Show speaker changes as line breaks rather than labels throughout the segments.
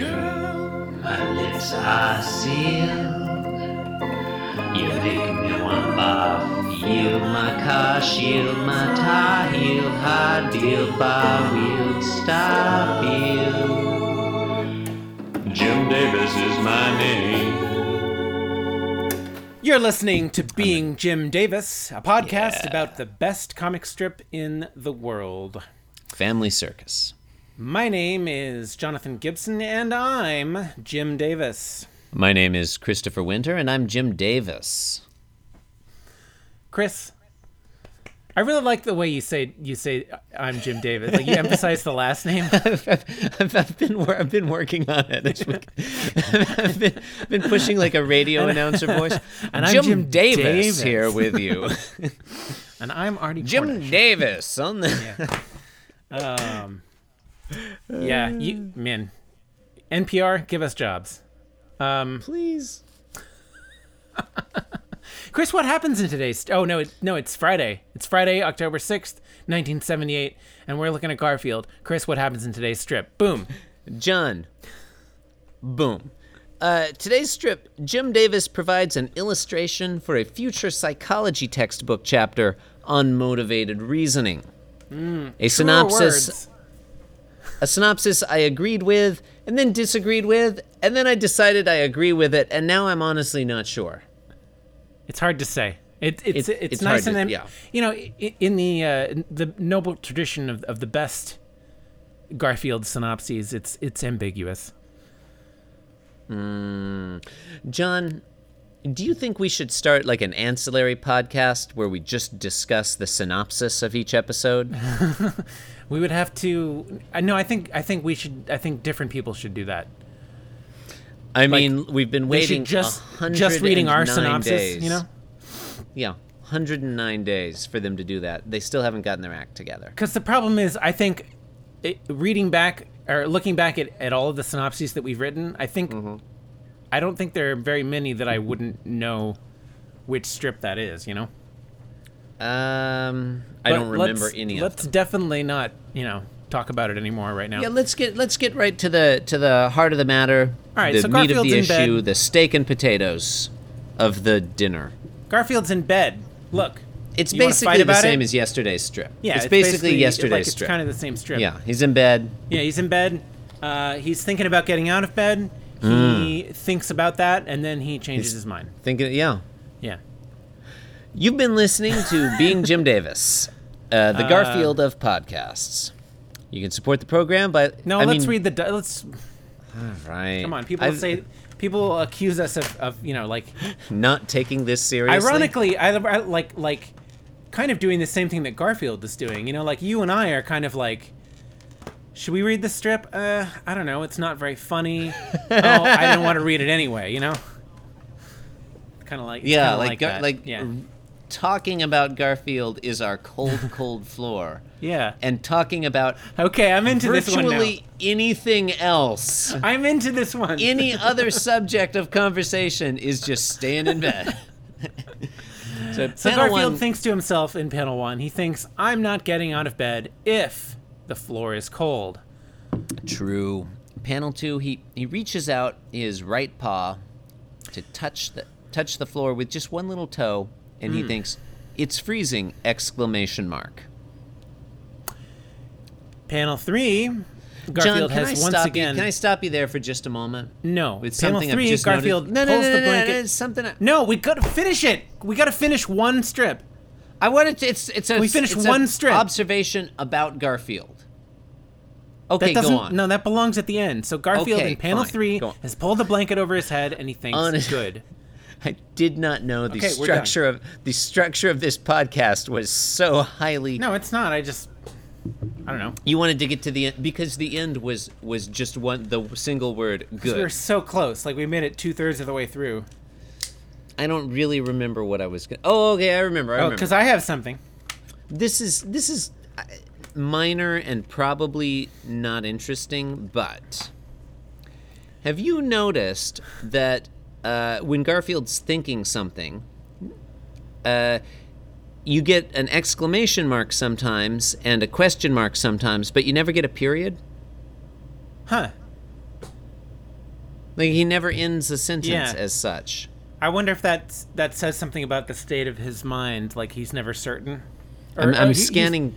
Girl, my lips are sealed. You make me want to barf. Yield my car, shield my tie, heel, high deal, bar wheel, stop you. Jim Davis is my name.
You're listening to Being Jim Davis, a podcast about the best comic strip in the world.
Family Circus.
My name is Jonathan Gibson, and I'm Jim Davis.
My name is Christopher Winter, and I'm Jim Davis.
Chris, I really like the way you say you say uh, I'm Jim Davis. Like you emphasize the last name.
I've, I've, I've been wor- I've been working on it. This week. I've been, been pushing like a radio announcer voice.
And I'm Jim
Davis,
Davis.
here with you.
And I'm Artie Cornish.
Jim Davis on the.
Yeah, you man. NPR, give us jobs.
Please.
Chris, what happens in today's? Oh no, it, no, it's Friday. It's Friday, October sixth, nineteen seventy-eight, and we're looking at Garfield. Chris, what happens in today's strip? Boom.
John. Boom. Uh, today's strip, Jim Davis provides an illustration for a future psychology textbook chapter on motivated reasoning. a synopsis
Four Hmm. words.
a synopsis I agreed with and then disagreed with, and then I decided I agree with it, and now I'm honestly not sure.
It's hard to say. It, it's,
It-
it's
it's
nice
hard
and
to-
em-
yeah.
you know i- in the uh, the noble tradition of, of the best Garfield synopses, it's it's ambiguous.
John, do you think we should start like an ancillary podcast where we just discuss the synopsis of each episode?
We would have to. I no, I think I think we should. I think different people should do that.
I mean, we've been
They should
waiting
just just reading our
109
synopsis.
days.
You know,
Yeah, 109 days for them to do that. They still haven't gotten their act together.
because the problem is, I think it, reading back or looking back at, at all of the synopses that we've written, I think
Mm-hmm.
I don't think there are very many that I wouldn't know which strip that is. You know.
Um, I
But
don't remember
let's-
any of
Let's definitely not, you know, talk about it anymore right now.
Yeah, let's get let's get right to the to the heart of the matter.
All right,
the
so
meat of the
Garfield's in
issue,
bed.
the steak and potatoes of the dinner.
Garfield's in bed. Look.
It's
You wanna fight
basically the
about
same
it?
as yesterday's strip.
yeah,
it's, basically, yesterday's
like,
strip.
It's kind of the same strip.
yeah, he's in bed.
Yeah, he's in bed. Uh, he's thinking about getting out of bed. He
Mm.
thinks about that and then he changes his mind.
Thinking, yeah.
Yeah.
You've been listening to Being Jim Davis, uh, the Garfield of podcasts. You can support the program by
No,
I
let's
mean,
read the di- let's
Right.
come on. People
I've-
say people accuse us of, of you know, like
not taking this seriously.
ironically I, I like like kind of doing the same thing that garfield is doing you know like you and i are kind of like should we read the strip uh i don't know it's not very funny oh i didn't want to read it anyway you know kind of like
Yeah,
kinda
like
like
Gar-
that.
like
yeah
r- talking about Garfield is our cold, cold floor.
yeah
and talking about
okay i'm into this one now.
virtually anything else.
i'm into this one
Any other subject of conversation is just staying in bed. so,
so
panel
garfield
one,
thinks to himself in panel one he thinks i'm not getting out of bed if the floor is cold
true. Panel two, he he reaches out his right paw to touch the touch the floor with just one little toe, and
Hmm.
he thinks, "It's freezing!" Exclamation mark.
panel three
John,
garfield
can I
has once
stop
again
you? Can I stop you there for just a moment?
No.
With
Panel
something
three,
I've just
Garfield
noticed. No, no,
pulls
no,
the
no, no, no,
blanket-
it's something. I,
No, we gotta finish it. We gotta finish one strip.
I wanted to. It's it's a.
We finished
it's a
one strip.
Observation about Garfield.
That
Okay,
doesn't.
go on.
No, that belongs at the end. So Garfield
Okay,
in panel
fine.
three
Go on.
has pulled the blanket over his head and he thinks
Honest-
good.
I did not know the
Okay, we're done.
structure of the structure of this podcast was so highly.
No, it's not. I just. I don't know.
You wanted to get to the end because the end was was just one the single word
We were
good.
so close. Like we made it two thirds of the way through.
I don't really remember what I was. Gonna, oh, okay, I remember. I
Oh,
remember.
because I have something.
this is this is uh, minor and probably not interesting, but have you noticed that uh, when Garfield's thinking something, uh, you get an exclamation mark sometimes and a question mark sometimes, but you never get a period?
Huh.
Like he never ends a sentence
Yeah.
as such.
I wonder if that that says something about the state of his mind, like he's never certain. Or,
I'm,
uh,
I'm
he- he's-
scanning.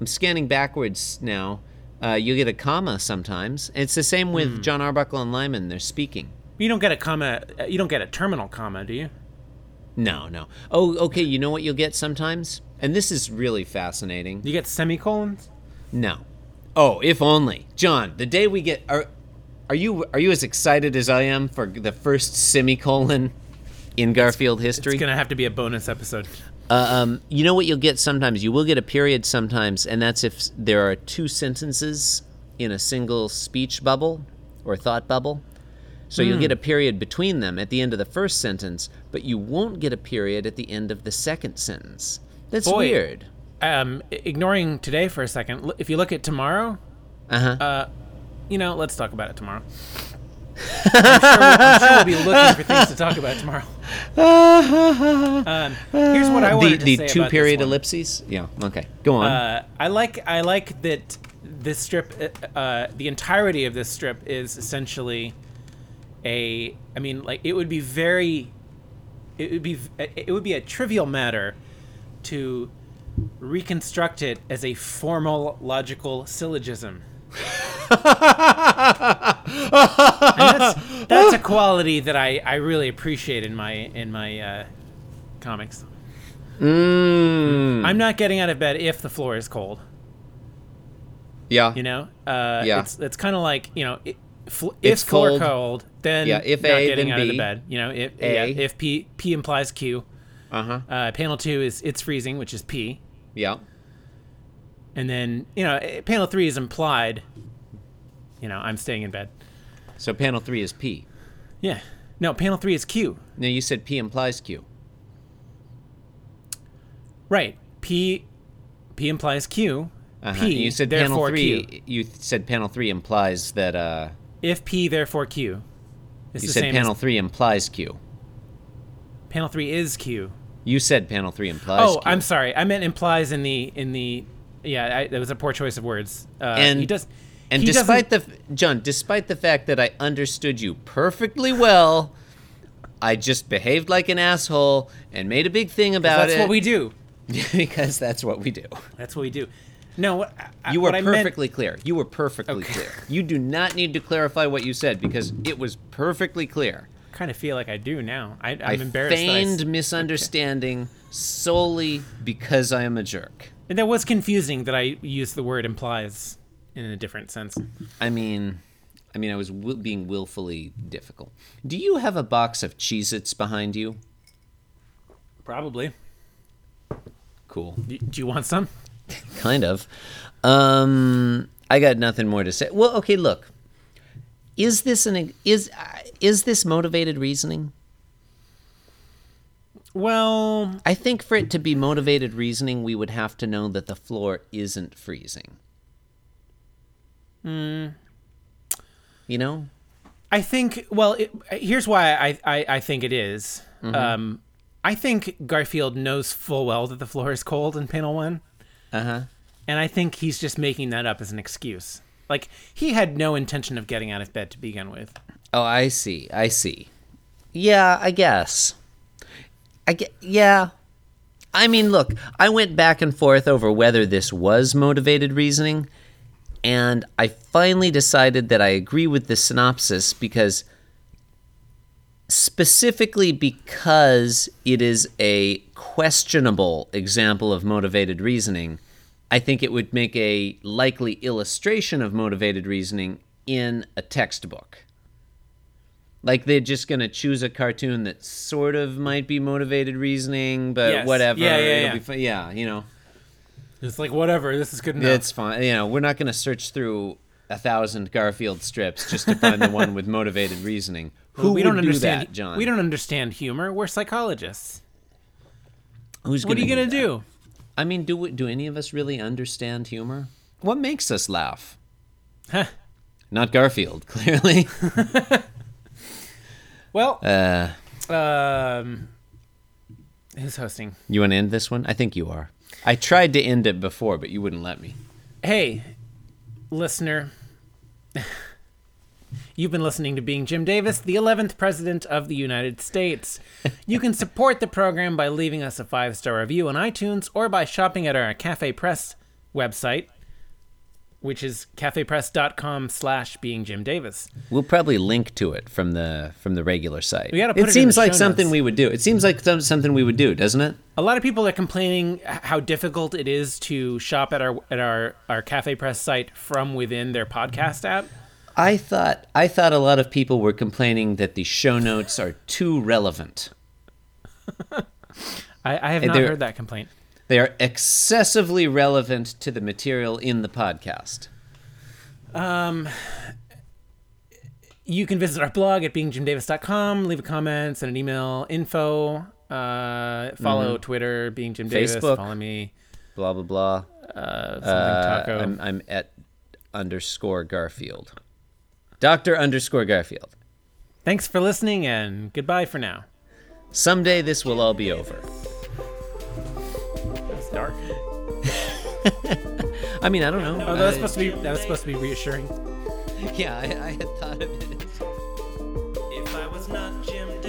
I'm scanning backwards now. Uh, you get a comma sometimes. It's the same with
Hmm.
John Arbuckle and Lyman. They're speaking.
You don't get a comma. uh, You don't get a terminal comma, do you?
No, no. Oh, okay. You know what you'll get sometimes, and this is really fascinating.
You get semicolons.
No. Oh, if only, John. The day we get are, are you are you as excited as I am for the first semicolon in Garfield history?
It's gonna have to be a bonus episode.
Uh, um, you know what you'll get sometimes? You will get a period sometimes, and that's if s- there are two sentences in a single speech bubble or thought bubble. So
Hmm.
you'll get a period between them at the end of the first sentence, but you won't get a period at the end of the second sentence. That's
Boy.
weird.
Um, i- ignoring today for a second, l- if you look at tomorrow,
Uh-huh.
you know, let's talk about it tomorrow. I'm, sure we'll, I'm sure we'll be looking for things to talk about tomorrow. Um, here's what I
the
wanted
the
to say
two
about this
period
one.
ellipses. Yeah. Okay. Go on.
Uh, I like I like that this strip, uh, uh, the entirety of this strip is essentially a. I mean, like it would be very, it would be it would be a trivial matter to reconstruct it as a formal logical syllogism. And that's, that's a quality that I, I really appreciate in my in my uh, comics.
Mm.
I'm not getting out of bed if the floor is cold.
yeah.
You know, uh,
Yeah.
it's it's kind of like you know, i- fl- if
It's
floor
cold.
cold, then
Yeah, if
not
A,
getting
then
out of the
B.
bed. You know, if
A.
yeah, if P P implies Q.
Uh-huh.
Uh, panel two is it's freezing, which is P,
Yeah.
and then you know, eh, panel three is implied. You know, I'm staying in bed.
So panel 3 is P.
Yeah, no, panel three is Q.
No, you said P implies Q.
Right, P P implies Q.
Uh-huh.
P
you said panel
therefore
three.
Q.
You th- said panel three implies that. Uh,
If P therefore Q. It's
you
the
said
same
panel
as
three implies Q.
panel three is Q.
You said panel three implies.
Oh,
Q.
I'm sorry. I meant implies in the in the yeah. I, that was a poor choice of words. Uh,
And-
he does.
And
he doesn't-
despite the f- John, despite the fact that I understood you perfectly well, I just behaved like an asshole and made a big thing about
that's
it.
what we do.
because that's what we do.
That's what we do. No, what I-
You were
what
perfectly clear. You were perfectly
Okay.
clear. You do not need to clarify what you said because it was perfectly clear.
I meant, kind of feel like I do now. I, I'm
I
embarrassed. that I s-
feigned misunderstanding solely because I am a jerk.
and that was confusing that I used the word implies in a different sense.
I mean, I mean, I was wi- being willfully difficult. Do you have a box of Cheez-Its behind you?
Probably.
Cool.
Y- Do you want some?
Kind of. Um, I got nothing more to say. Well, okay, look. Is this an is uh, is this motivated reasoning?
Well,
I think for it to be motivated reasoning, we would have to know that the floor isn't freezing.
Hmm.
You know?
I think. Well, it, here's why I I, I think it is.
Mm-hmm.
Um, I think Garfield knows full well that the floor is cold in panel one.
Uh huh.
And I think he's just making that up as an excuse. Like he had no intention of getting out of bed to begin with.
Oh, I see. I see. Yeah, I guess. I get, yeah. I mean, look, I went back and forth over whether this was motivated reasoning, and I finally decided that I agree with the synopsis because specifically because it is a questionable example of motivated reasoning, I think it would make a likely illustration of motivated reasoning in a textbook. Like they're just gonna choose a cartoon that sort of might be motivated reasoning, but
Yes.
whatever.
Yeah, yeah,
it'll
yeah.
Be fun. yeah, you know,
It's like whatever, this is good enough.
it's fine. You know, we're not gonna search through a thousand Garfield strips just to find the one with motivated reasoning. Who
we don't
would do
understand
that, John?
We don't understand humor. We're psychologists.
Who's
What are you
gonna
gonna do?
I mean, do we- do any of us really understand humor? What makes us laugh?
Huh.
Not Garfield, clearly.
Well,
Uh,
um, who's hosting?
you want to end this one? I think you are. I tried to end it before, but you wouldn't let me.
Hey, listener. You've been listening to Being Jim Davis, the 11th President of the United States. You can support the program by leaving us a five star review on iTunes or by shopping at our Cafe Press website, which is cafepress.com slash being Jim Davis.
We'll probably link to it from the from the regular site.
gotta
it,
put it in the
seems
show
like
notes.
something we would do. It seems like some, something we would do, doesn't it?
A lot of people are complaining h- how difficult it is to shop at our at our, our Cafe Press site from within their podcast app.
I thought I thought a lot of people were complaining that the show notes are too relevant.
I, I have
Hey,
not
there-
heard that complaint.
They are excessively relevant to the material in the podcast.
you can visit our blog at beingjimdavis.com, leave a comment, send an email, info, uh, follow Twitter, being Jim Davis,
Mm-hmm. Facebook.
follow me,
Blah blah blah.
uh, something
Uh,
taco.
I'm, I'm at underscore Garfield. Doctor underscore Garfield.
Thanks for listening and goodbye for now.
Someday this will all be over.
That's dark.
I mean, I don't know.
Oh, that was
I-
supposed to be that was supposed to be reassuring.
yeah, I, I had thought of it.
If I was not Jim